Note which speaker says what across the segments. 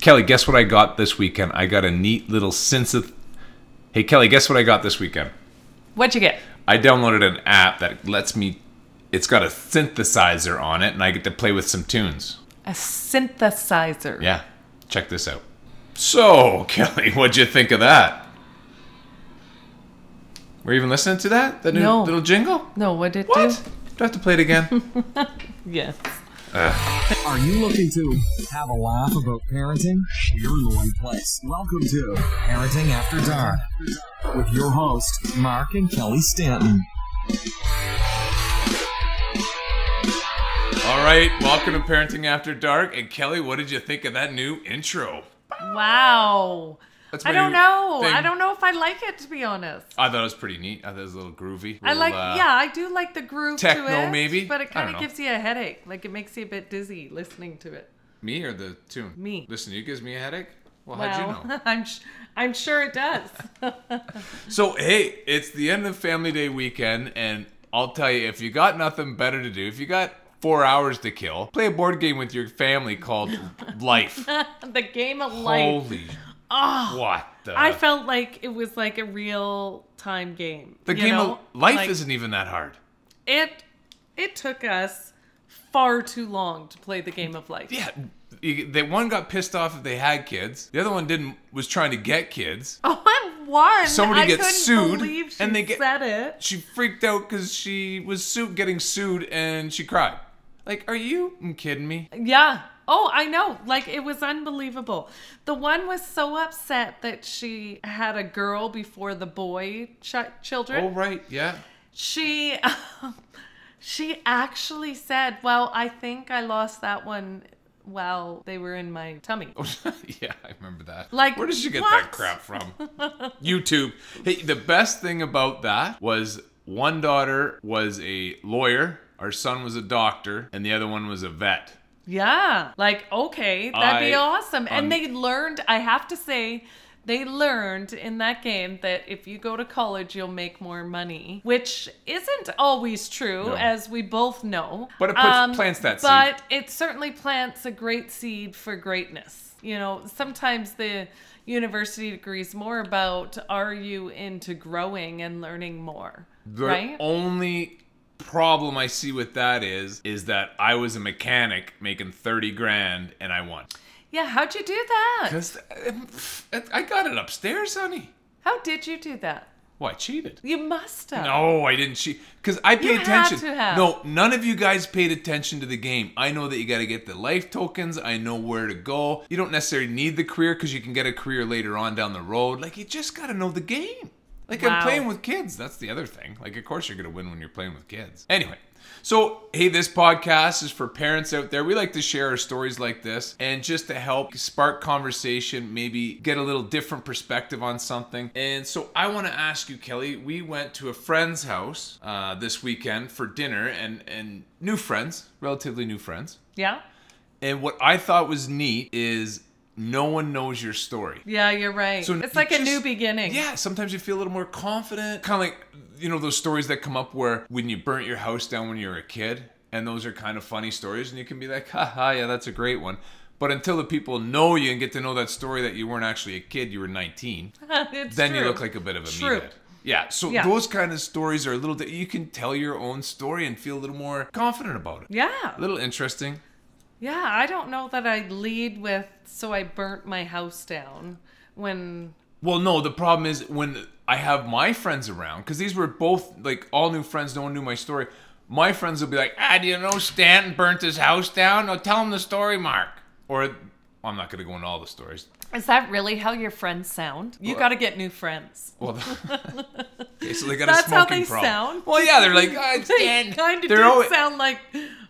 Speaker 1: Kelly, guess what I got this weekend? I got a neat little synth. Hey, Kelly, guess what I got this weekend?
Speaker 2: What'd you get?
Speaker 1: I downloaded an app that lets me. It's got a synthesizer on it, and I get to play with some tunes.
Speaker 2: A synthesizer.
Speaker 1: Yeah, check this out. So, Kelly, what'd you think of that? We're even listening to that? That new
Speaker 2: No.
Speaker 1: little jingle?
Speaker 2: No, what did it
Speaker 1: What?
Speaker 2: do?
Speaker 1: Do I have to play it again?
Speaker 2: Yes.
Speaker 3: Are you looking to have a laugh about parenting? You're in the right place. Welcome to Parenting After Dark with your host, Mark and Kelly Stanton.
Speaker 1: All right, welcome to Parenting After Dark. And Kelly, what did you think of that new intro?
Speaker 2: Wow.
Speaker 1: That's
Speaker 2: I
Speaker 1: my
Speaker 2: don't
Speaker 1: new
Speaker 2: know.
Speaker 1: thing.
Speaker 2: I don't know if I like it to be honest.
Speaker 1: I thought it was pretty neat. I thought it was a little groovy.
Speaker 2: I
Speaker 1: little,
Speaker 2: like,
Speaker 1: uh,
Speaker 2: yeah, I do like the groove to
Speaker 1: techno
Speaker 2: it,
Speaker 1: maybe?
Speaker 2: but
Speaker 1: I
Speaker 2: it
Speaker 1: don't
Speaker 2: kind of
Speaker 1: know.
Speaker 2: gives you a headache. Like it makes you a bit dizzy listening to it.
Speaker 1: Me or the tune?
Speaker 2: Me.
Speaker 1: Listen, you gives me a headache? Well,
Speaker 2: wow,
Speaker 1: how'd you know?
Speaker 2: I'm sh- I'm sure it does.
Speaker 1: So, hey, it's the end of Family Day weekend, and I'll tell you, if you got nothing better to do, if you got four hours to kill, play a board game with your family called Life.
Speaker 2: the game of life. Ah.
Speaker 1: Holy. what the?
Speaker 2: I felt like it was like a real time game.
Speaker 1: the
Speaker 2: you
Speaker 1: game
Speaker 2: know?
Speaker 1: of life
Speaker 2: Like,
Speaker 1: isn't even that hard.
Speaker 2: it. It took us far too long to play the game of life.
Speaker 1: Yeah, you- they one got pissed off if they had kids. The other one didn't was trying to get kids.
Speaker 2: Oh, I'm one.
Speaker 1: Somebody
Speaker 2: I
Speaker 1: gets
Speaker 2: couldn't
Speaker 1: sued,
Speaker 2: believe she
Speaker 1: and they get-
Speaker 2: said it.
Speaker 1: She freaked out because she was su- getting sued and she cried. Like, are you mm, kidding me?
Speaker 2: Yeah. Oh, I know. Like it was unbelievable. The one was so upset that she had a girl before the boy ch- children.
Speaker 1: Oh right, yeah.
Speaker 2: She um, she actually said, "Well, I think I lost that one while they were in my tummy."
Speaker 1: Oh, yeah, I remember that.
Speaker 2: Like,
Speaker 1: where did you get
Speaker 2: what?
Speaker 1: that crap from? YouTube. Hey, the best thing about that was one daughter was a lawyer, our son was a doctor, and the other one was a vet.
Speaker 2: Yeah. Like, okay, that'd be
Speaker 1: I-
Speaker 2: awesome. And
Speaker 1: um,
Speaker 2: they learned, I have to say, they learned in that game that if you go to college, you'll make more money, which isn't always true,
Speaker 1: No.
Speaker 2: as we both know. Um,
Speaker 1: But it puts- plants that seed.
Speaker 2: But it certainly plants a great seed for greatness. You know, sometimes the university degree is more about are you into growing and learning more,
Speaker 1: The
Speaker 2: right?
Speaker 1: only problem I see with that is is that I was a mechanic making 30 grand and I won.
Speaker 2: yeah. How'd you do that?
Speaker 1: Cuz I got it upstairs, honey.
Speaker 2: How did you do that?
Speaker 1: Well, I cheated.
Speaker 2: You must have.
Speaker 1: No, I didn't cheat because I paid
Speaker 2: had
Speaker 1: attention.
Speaker 2: to have.
Speaker 1: No, none of you guys paid attention to the game. I know that you got to get the life tokens. I know where to go. You don't necessarily need the career because you can get a career later on down the road. Like you just got to know the game. Like
Speaker 2: Wow.
Speaker 1: I'm playing with kids. That's the other thing. Like of course you're gonna win when you're playing with kids. Anyway. So, hey, this podcast is for parents out there. We like to share our stories like this and just to help spark conversation, maybe get a little different perspective on something. And so, I want to ask you, Kelly. We went to a friend's house uh, this weekend for dinner, and and new friends, relatively new friends.
Speaker 2: Yeah.
Speaker 1: And what I thought was neat is no one knows your story.
Speaker 2: Yeah, you're right.
Speaker 1: So
Speaker 2: it's
Speaker 1: you
Speaker 2: like a new
Speaker 1: just-
Speaker 2: beginning.
Speaker 1: Yeah, sometimes you feel a little more confident. Kind of like, you know, those stories that come up where when you burnt your house down when you were a kid, and those are kind of funny stories, and you can be like, haha, yeah, that's a great one. But until the people know you and get to know that story that you weren't actually a kid, you were 19,
Speaker 2: It's
Speaker 1: then you
Speaker 2: true.
Speaker 1: look like a bit of a
Speaker 2: True.
Speaker 1: meathead. Yeah, so
Speaker 2: Yeah.
Speaker 1: those kind of stories are a little that you can tell your own story and feel a little more confident about it.
Speaker 2: Yeah.
Speaker 1: A little interesting.
Speaker 2: Yeah, I don't know that I lead with so I burnt my house down when
Speaker 1: Well, no, the problem is when I have my friends around, because these were both like all new friends, no one knew my story. My friends will be like, ah, do you know Stanton burnt his house down? No, tell him the story, Mark. Or I'm not going to go into all the stories.
Speaker 2: Is that really how your friends sound? You
Speaker 1: Well,
Speaker 2: got to get new friends.
Speaker 1: Well, okay, so they got a
Speaker 2: That's
Speaker 1: smoking
Speaker 2: how they
Speaker 1: problem.
Speaker 2: sound.
Speaker 1: Well, yeah, they're like, ah,
Speaker 2: They
Speaker 1: Stanton.
Speaker 2: kind of
Speaker 1: They're
Speaker 2: do
Speaker 1: always-
Speaker 2: sound like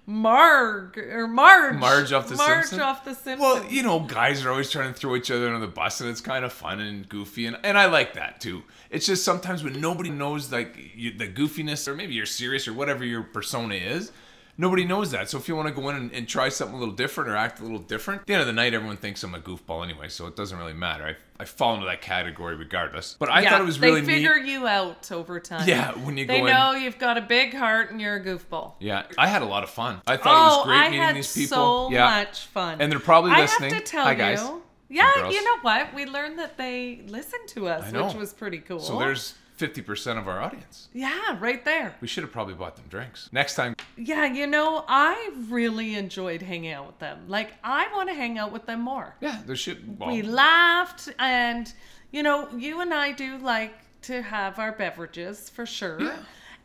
Speaker 2: Marg or Marge.
Speaker 1: Marge off The
Speaker 2: Marge
Speaker 1: Simpsons?
Speaker 2: off the Simpsons.
Speaker 1: Well, you know, guys are always trying to throw each other under the bus, and it's kind of fun and goofy, and, and I like that too. It's just sometimes when nobody knows like you, the goofiness, or maybe you're serious, or whatever your persona is, nobody knows that. So if you want to go in and, and try something a little different or act a little different, at the end of the night, everyone thinks I'm a goofball anyway, so it doesn't really matter. I, I fall into that category regardless. But I
Speaker 2: yeah,
Speaker 1: thought it was really
Speaker 2: They
Speaker 1: neat.
Speaker 2: figure you out over time.
Speaker 1: Yeah, when you
Speaker 2: They
Speaker 1: go in-
Speaker 2: know you've got a big heart and you're a goofball.
Speaker 1: Yeah, I had a lot of fun. I thought it was
Speaker 2: oh,
Speaker 1: great
Speaker 2: I
Speaker 1: meeting
Speaker 2: had
Speaker 1: these people.
Speaker 2: so
Speaker 1: yeah.
Speaker 2: much fun.
Speaker 1: And they're probably
Speaker 2: I
Speaker 1: listening.
Speaker 2: have to tell
Speaker 1: Hi, guys.
Speaker 2: you, Yeah,
Speaker 1: girls.
Speaker 2: you know what? We learned that they listened to us,
Speaker 1: I know.
Speaker 2: which was pretty cool.
Speaker 1: So there's 50% of our audience.
Speaker 2: yeah, right there.
Speaker 1: We should have probably bought them drinks. Next time,
Speaker 2: Yeah, you know, I really enjoyed hanging out with them. Like I want to hang out with them more.
Speaker 1: yeah, there should. Well,
Speaker 2: We laughed and you know, you and I do like to have our beverages for sure.
Speaker 1: Yeah.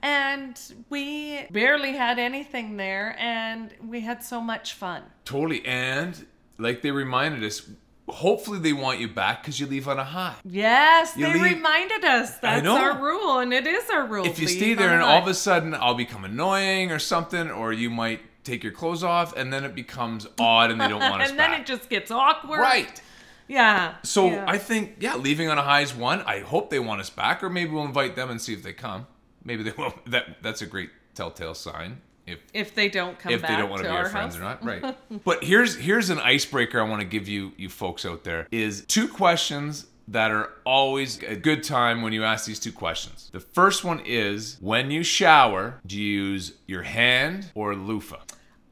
Speaker 2: And we barely had anything there and we had so much fun.
Speaker 1: totally. And like they reminded us, hopefully they want you back because you leave on a high.
Speaker 2: Yes,
Speaker 1: You
Speaker 2: they
Speaker 1: leave-
Speaker 2: reminded us. That's
Speaker 1: know.
Speaker 2: our rule and it is our rule.
Speaker 1: If you
Speaker 2: Leave
Speaker 1: stay there
Speaker 2: on
Speaker 1: and all of
Speaker 2: time.
Speaker 1: a sudden I'll become annoying or something, or you might take your clothes off and then it becomes odd and they don't want us
Speaker 2: and then
Speaker 1: back.
Speaker 2: it just gets awkward.
Speaker 1: right.
Speaker 2: Yeah.
Speaker 1: So
Speaker 2: yeah.
Speaker 1: I think, yeah, leaving on a high is one. I hope they want us back, or maybe we'll invite them and see if they come. Maybe they will. That that's a great telltale sign if
Speaker 2: if they don't come
Speaker 1: if
Speaker 2: back
Speaker 1: they don't want to
Speaker 2: to
Speaker 1: be
Speaker 2: our
Speaker 1: our friends
Speaker 2: house.
Speaker 1: or not. Right. but here's here's an icebreaker I want to give you you folks out there is two questions that are always a good time when you ask these two questions. The first one is when you shower, do you use your hand or loofah?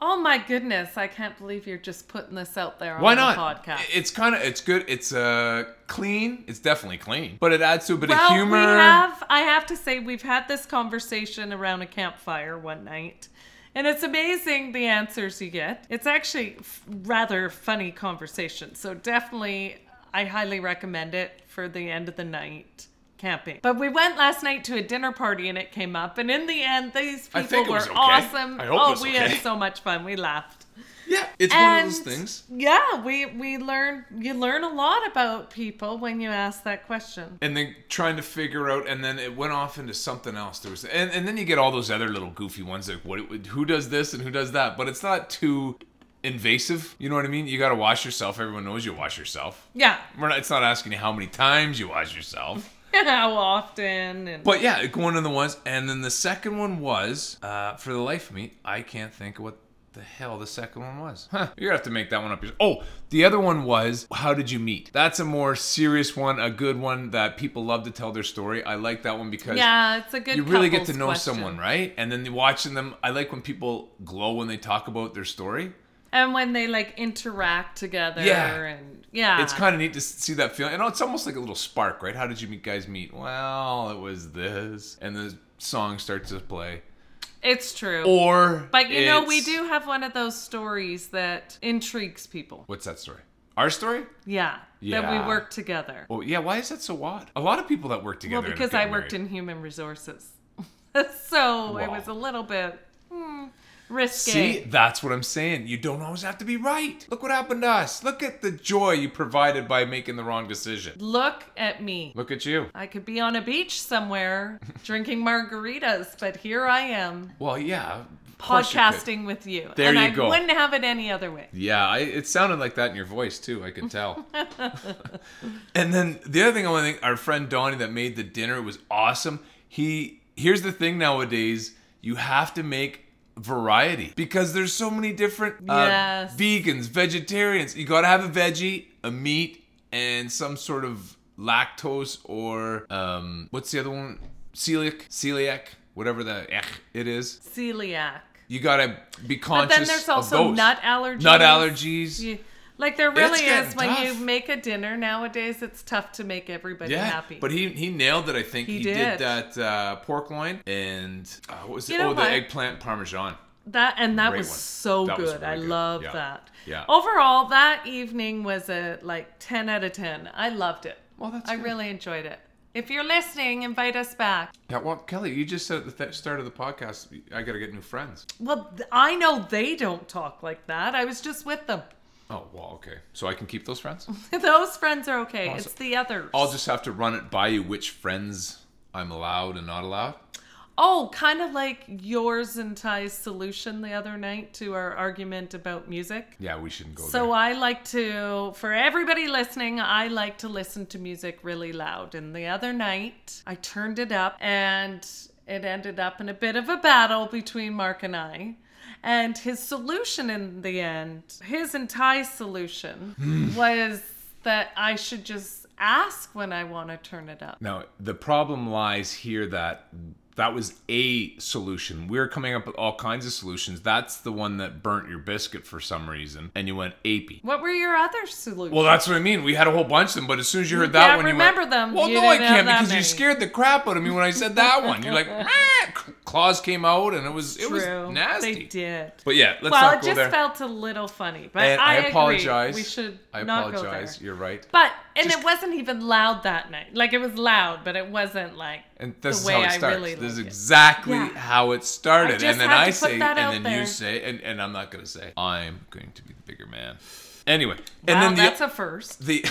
Speaker 2: Oh my goodness, I can't believe you're just putting this out there on
Speaker 1: Why
Speaker 2: the
Speaker 1: not?
Speaker 2: podcast.
Speaker 1: It's kind of it's good. It's uh clean. It's definitely clean, but it adds to a bit
Speaker 2: well,
Speaker 1: of humor.
Speaker 2: we have I have to say we've had this conversation around a campfire one night. And it's amazing the answers you get. It's actually f- rather funny conversation. So definitely I highly recommend it for the end of the night camping. But we went last night to a dinner party and it came up and in the end these
Speaker 1: I
Speaker 2: people
Speaker 1: think it
Speaker 2: were
Speaker 1: was okay.
Speaker 2: awesome.
Speaker 1: I hope it
Speaker 2: oh,
Speaker 1: was
Speaker 2: we
Speaker 1: okay.
Speaker 2: had so much fun. We laughed.
Speaker 1: yeah, it's one of those things.
Speaker 2: Yeah, we we learn you learn a lot about people when you ask that question.
Speaker 1: and then trying to figure out and then it went off into something else there was and, and then you get all those other little goofy ones like what who does this and who does that but it's not too invasive you know what i mean you got to wash yourself everyone knows you wash yourself
Speaker 2: Yeah,
Speaker 1: we're not it's not asking you how many times you wash yourself
Speaker 2: how often and
Speaker 1: but yeah going in the ones and then the second one was uh, for the life of me i can't think of what the hell the second one was huh you're gonna have to make that one up yourself. oh the other one was how did you meet that's a more serious one a good one that people love to tell their story i like that one because
Speaker 2: yeah, it's a good.
Speaker 1: you really get to
Speaker 2: couples
Speaker 1: know
Speaker 2: question.
Speaker 1: someone right and then watching them i like when people glow when they talk about their story
Speaker 2: and when they like interact together.
Speaker 1: Yeah.
Speaker 2: and yeah,
Speaker 1: it's kind of neat to see that feeling. And it's almost like a little spark, right? How did you meet guys meet? Well, it was this, and the song starts to play.
Speaker 2: it's true.
Speaker 1: Or,
Speaker 2: but you know, we
Speaker 1: it's-
Speaker 2: do have one of those stories that intrigues people.
Speaker 1: What's that story? Our story?
Speaker 2: Yeah, that
Speaker 1: Yeah.
Speaker 2: we work together.
Speaker 1: Oh yeah. Why is that so odd? A lot of people that work together.
Speaker 2: well, because I worked in human resources, so it
Speaker 1: Wow.
Speaker 2: was a little bit hmm, risky.
Speaker 1: See, that's what I'm saying. You don't always have to be right. Look what happened to us. Look at the joy you provided by making the wrong decision.
Speaker 2: Look at me.
Speaker 1: Look at you.
Speaker 2: I could be on a beach somewhere drinking margaritas, but here I am
Speaker 1: Well, yeah. of course you could.
Speaker 2: podcasting with you.
Speaker 1: There
Speaker 2: and
Speaker 1: you
Speaker 2: I
Speaker 1: go.
Speaker 2: wouldn't have it any other way.
Speaker 1: Yeah, I, it sounded like that in your voice too. I could tell. and then the other thing I want to think, our friend Donnie that made the dinner was awesome. He here's the thing nowadays: you have to make variety because there's so many different uh,
Speaker 2: Yes.
Speaker 1: vegans, vegetarians. You got to have a veggie, a meat, and some sort of lactose or um, what's the other one? Celiac, celiac, whatever the ech it is.
Speaker 2: Celiac.
Speaker 1: You got to be
Speaker 2: But
Speaker 1: conscious
Speaker 2: then there's
Speaker 1: of
Speaker 2: also
Speaker 1: those.
Speaker 2: nut allergies.
Speaker 1: Nut allergies.
Speaker 2: You- like there really
Speaker 1: getting
Speaker 2: is when you
Speaker 1: tough.
Speaker 2: make a dinner nowadays, it's tough to make everybody
Speaker 1: Yeah,
Speaker 2: happy.
Speaker 1: but he he nailed it. I think he,
Speaker 2: He
Speaker 1: did.
Speaker 2: did.
Speaker 1: that uh, pork loin and uh, what was it?
Speaker 2: You know
Speaker 1: oh, the
Speaker 2: what?
Speaker 1: eggplant parmesan.
Speaker 2: that and that
Speaker 1: Great
Speaker 2: was
Speaker 1: one.
Speaker 2: so
Speaker 1: That
Speaker 2: good.
Speaker 1: was
Speaker 2: I
Speaker 1: really good.
Speaker 2: love
Speaker 1: Yeah.
Speaker 2: that.
Speaker 1: Yeah.
Speaker 2: Overall, that evening was a like ten out of ten. I loved it.
Speaker 1: Well, that's
Speaker 2: I
Speaker 1: good.
Speaker 2: really enjoyed it. If you're listening, invite us back.
Speaker 1: Yeah, well, Kelly, you just said at the th- start of the podcast, I got to get new friends.
Speaker 2: Well, th- I know they don't talk like that. I was just with them.
Speaker 1: Oh, well, okay. So I can keep those friends.
Speaker 2: Those friends are okay.
Speaker 1: Awesome.
Speaker 2: It's the others.
Speaker 1: I'll just have to run it by you which friends I'm allowed and not allowed.
Speaker 2: oh, kind of like yours and Ty's solution the other night to our argument about music.
Speaker 1: Yeah, we shouldn't go
Speaker 2: So uh,
Speaker 1: there.
Speaker 2: I like to, for everybody listening, I like to listen to music really loud. And the other night, I turned it up and it ended up in a bit of a battle between Mark and I. And his solution in the end, his and Ty's solution was that I should just ask when I want to turn it up.
Speaker 1: Now, the problem lies here that That was a solution. We were coming up with all kinds of solutions. That's the one that burnt your biscuit for some reason, and you went apey.
Speaker 2: What were your other solutions?
Speaker 1: Well, that's what I mean. We had a whole bunch of them, but as soon as you heard that
Speaker 2: can't
Speaker 1: one, you
Speaker 2: remember
Speaker 1: went,
Speaker 2: them.
Speaker 1: Well, no,
Speaker 2: You
Speaker 1: I
Speaker 2: didn't have
Speaker 1: can't
Speaker 2: that
Speaker 1: because you
Speaker 2: many."
Speaker 1: scared the crap out of me when I said that one. You're like, "Meh." claws came out, and it was it
Speaker 2: True.
Speaker 1: was nasty.
Speaker 2: They did.
Speaker 1: But yeah, let's
Speaker 2: well,
Speaker 1: not
Speaker 2: it
Speaker 1: go
Speaker 2: just
Speaker 1: there.
Speaker 2: felt a little funny, but
Speaker 1: and I,
Speaker 2: agree.
Speaker 1: apologize.
Speaker 2: We should
Speaker 1: I
Speaker 2: not go
Speaker 1: apologize.
Speaker 2: there.
Speaker 1: You're right.
Speaker 2: But and
Speaker 1: Just-
Speaker 2: it wasn't even loud that night. Like it was loud, but it wasn't like.
Speaker 1: And this is
Speaker 2: the
Speaker 1: how
Speaker 2: way
Speaker 1: it
Speaker 2: I
Speaker 1: starts.
Speaker 2: really
Speaker 1: this is
Speaker 2: like it.
Speaker 1: exactly
Speaker 2: Yeah.
Speaker 1: how it started.
Speaker 2: just
Speaker 1: and then
Speaker 2: had
Speaker 1: I
Speaker 2: to put
Speaker 1: say,
Speaker 2: that out
Speaker 1: and then you
Speaker 2: there.
Speaker 1: say, and, and I'm not going to say, I'm going to be the bigger man. Anyway.
Speaker 2: wow,
Speaker 1: and then
Speaker 2: that's
Speaker 1: the,
Speaker 2: a first.
Speaker 1: the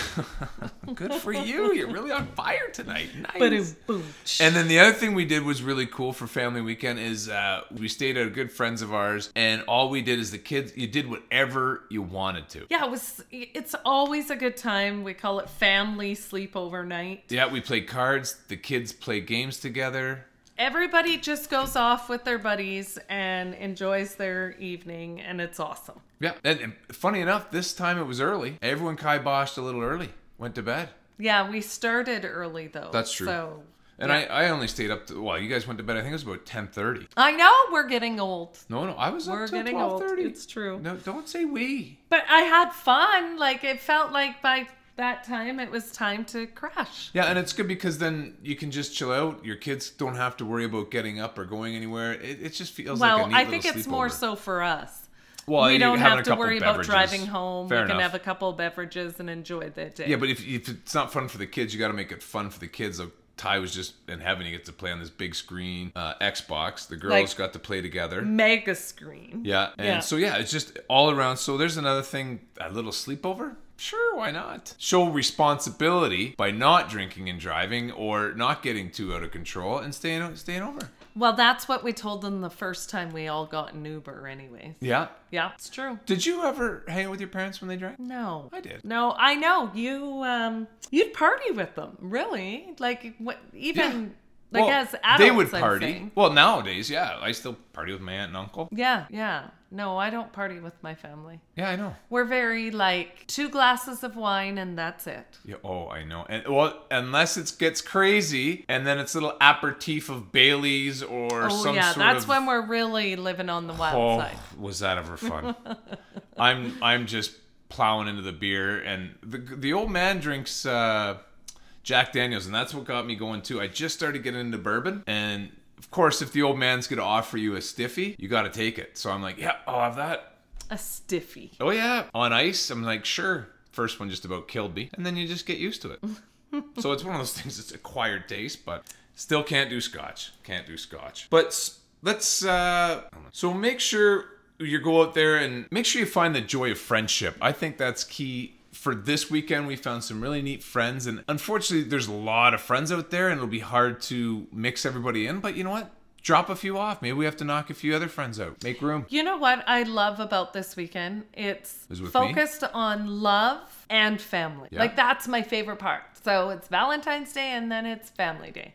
Speaker 1: good for you. You're really on fire tonight. Nice.
Speaker 2: Boom, boom.
Speaker 1: And then the other thing we did was really cool for family weekend is uh, we stayed at good friends of ours, and all we did is the kids. You did whatever you wanted to.
Speaker 2: Yeah, it was. It's always a good time. We call it family sleepover night.
Speaker 1: Yeah, we played cards. The kids play games together.
Speaker 2: Everybody just goes off with their buddies and enjoys their evening, and it's awesome.
Speaker 1: Yeah, and, and funny enough, this time it was early. Everyone kiboshed a little early, went to bed,
Speaker 2: Yeah, we started early though.
Speaker 1: That's true.
Speaker 2: So
Speaker 1: and I, I only stayed up. To, well, you guys went to bed. I think it was about ten thirty.
Speaker 2: I know we're getting old.
Speaker 1: No, no, I was
Speaker 2: We're
Speaker 1: up till
Speaker 2: getting old.
Speaker 1: twelve thirty.
Speaker 2: It's true.
Speaker 1: No, don't say we.
Speaker 2: But I had fun. Like it felt like by that time it was time to crash.
Speaker 1: Yeah, and it's good because then you can just chill out. Your kids don't have to worry about getting up or going anywhere. It, it just feels
Speaker 2: well,
Speaker 1: like a neat
Speaker 2: I think
Speaker 1: little
Speaker 2: it's more
Speaker 1: sleepover.
Speaker 2: so for us.
Speaker 1: Well,
Speaker 2: we
Speaker 1: you
Speaker 2: don't
Speaker 1: having
Speaker 2: have
Speaker 1: a
Speaker 2: to
Speaker 1: couple
Speaker 2: worry
Speaker 1: beverages.
Speaker 2: about driving home.
Speaker 1: Fair
Speaker 2: we can
Speaker 1: enough.
Speaker 2: have a couple beverages and enjoy the day.
Speaker 1: Yeah, but if, if it's not fun for the kids, you got to make it fun for the kids. Like Ty was just in heaven. He gets to play on this big screen uh, Xbox. The girls
Speaker 2: Like-
Speaker 1: got to play together.
Speaker 2: mega screen.
Speaker 1: Yeah, and
Speaker 2: Yeah.
Speaker 1: so yeah, it's just all around. So there's another thing, a little sleepover. Sure, why not? Show responsibility by not drinking and driving or not getting too out of control and staying staying over.
Speaker 2: Well, that's what we told them the first time we all got an Uber, anyways.
Speaker 1: Yeah.
Speaker 2: Yeah, it's true.
Speaker 1: Did you ever hang out with your parents when they drank?
Speaker 2: No,
Speaker 1: I did.
Speaker 2: No, I know you. Um, you'd party with them, really? Like what? Even like
Speaker 1: Well,
Speaker 2: as adults,
Speaker 1: they would
Speaker 2: I'm
Speaker 1: party.
Speaker 2: saying.
Speaker 1: Well, nowadays, yeah, I still party with my aunt and uncle.
Speaker 2: Yeah, yeah. No, I don't party with my family.
Speaker 1: Yeah, I know.
Speaker 2: We're very like two glasses of wine and that's it.
Speaker 1: Yeah, oh, I know. And well, unless it gets crazy, and then it's a little aperitif of Bailey's or
Speaker 2: Oh
Speaker 1: some
Speaker 2: yeah,
Speaker 1: sort
Speaker 2: that's
Speaker 1: of.
Speaker 2: when we're really living on the wild
Speaker 1: oh,
Speaker 2: side.
Speaker 1: was that ever fun? I'm I'm just plowing into the beer, and the the old man drinks uh, Jack Daniels, and that's what got me going too. I just started getting into bourbon, and of course, if the old man's gonna offer you a stiffy, you got to take it. So I'm like, yeah, I'll have that.
Speaker 2: A stiffy.
Speaker 1: Oh yeah, on ice. I'm like, sure. First one just about killed me, and then you just get used to it. so it's one of those things that's acquired taste, but still can't do scotch. Can't do scotch. But s- let's. uh So make sure you go out there and make sure you find the joy of friendship. I think that's key. For this weekend, we found some really neat friends, and unfortunately, there's a lot of friends out there, and it'll be hard to mix everybody in. But you know what? Drop a few off. Maybe we have to knock a few other friends out. Make room.
Speaker 2: You know what I love about this weekend? It's
Speaker 1: Is with me?
Speaker 2: focused on love and family.
Speaker 1: Yeah.
Speaker 2: Like that's my favorite part. So it's Valentine's Day and then it's Family Day.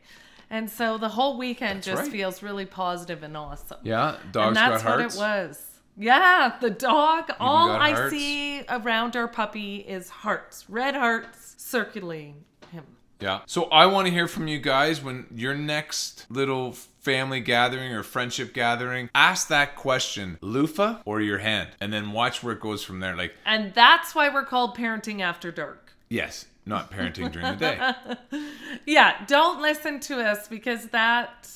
Speaker 2: And so the whole weekend just
Speaker 1: right.
Speaker 2: feels really positive and awesome.
Speaker 1: Yeah, dogs
Speaker 2: and
Speaker 1: got
Speaker 2: that's what
Speaker 1: hearts.
Speaker 2: it was. Yeah, the dog. all
Speaker 1: got
Speaker 2: I
Speaker 1: hearts.
Speaker 2: see around our puppy is hearts, red hearts circulating him.
Speaker 1: Yeah. So I want to hear from you guys when your next little family gathering or friendship gathering, ask that question, loofah or your hand, and then watch where it goes from there. Like,
Speaker 2: And that's why we're called Parenting After Dark.
Speaker 1: yes, not parenting during the day.
Speaker 2: Yeah, don't listen to us because that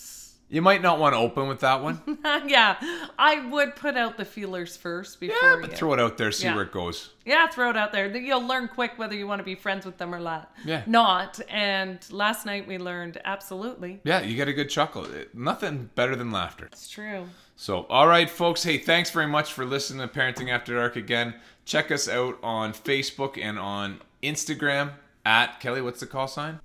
Speaker 1: You might not want to open with that one.
Speaker 2: yeah, I would put out the feelers first before
Speaker 1: Yeah,
Speaker 2: you.
Speaker 1: but throw it out there, see
Speaker 2: Yeah.
Speaker 1: where it goes.
Speaker 2: yeah, throw it out there. You'll learn quick whether you want to be friends with them or not.
Speaker 1: Yeah.
Speaker 2: Not. And last night we learned absolutely.
Speaker 1: Yeah, you get a good chuckle. It- Nothing better than laughter.
Speaker 2: It's true.
Speaker 1: So, all right, folks. Hey, thanks very much for listening to Parenting After Dark again. Check us out on Facebook and on Instagram at Kelly. What's the call sign?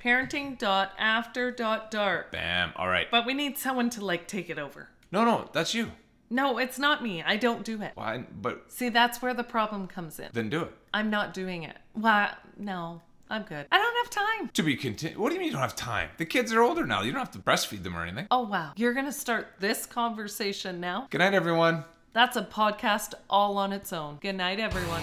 Speaker 2: Parenting.after.dark.
Speaker 1: Bam. All right.
Speaker 2: But we need someone to like take it over.
Speaker 1: No, no, that's you.
Speaker 2: No, it's not me. I don't do it.
Speaker 1: Why? But
Speaker 2: See, that's where the problem comes in.
Speaker 1: then do it.
Speaker 2: I'm not doing it. Why? No, I'm good. I don't have time.
Speaker 1: To be continued. What do you mean you don't have time? The kids are older now. You don't have to breastfeed them or anything.
Speaker 2: Oh, wow. You're going to start this conversation now?
Speaker 1: Good night, everyone.
Speaker 2: That's a podcast all on its own. Good night, everyone.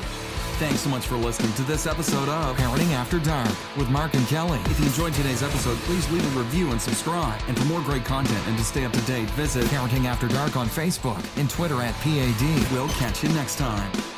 Speaker 3: Thanks so much for listening to this episode of
Speaker 4: Parenting After Dark with Mark and Kelly.
Speaker 3: If you enjoyed today's episode, please leave a review and subscribe. And for more great content and to stay up to date, visit
Speaker 4: Parenting After Dark on Facebook and Twitter at PAD.
Speaker 3: We'll catch you next time.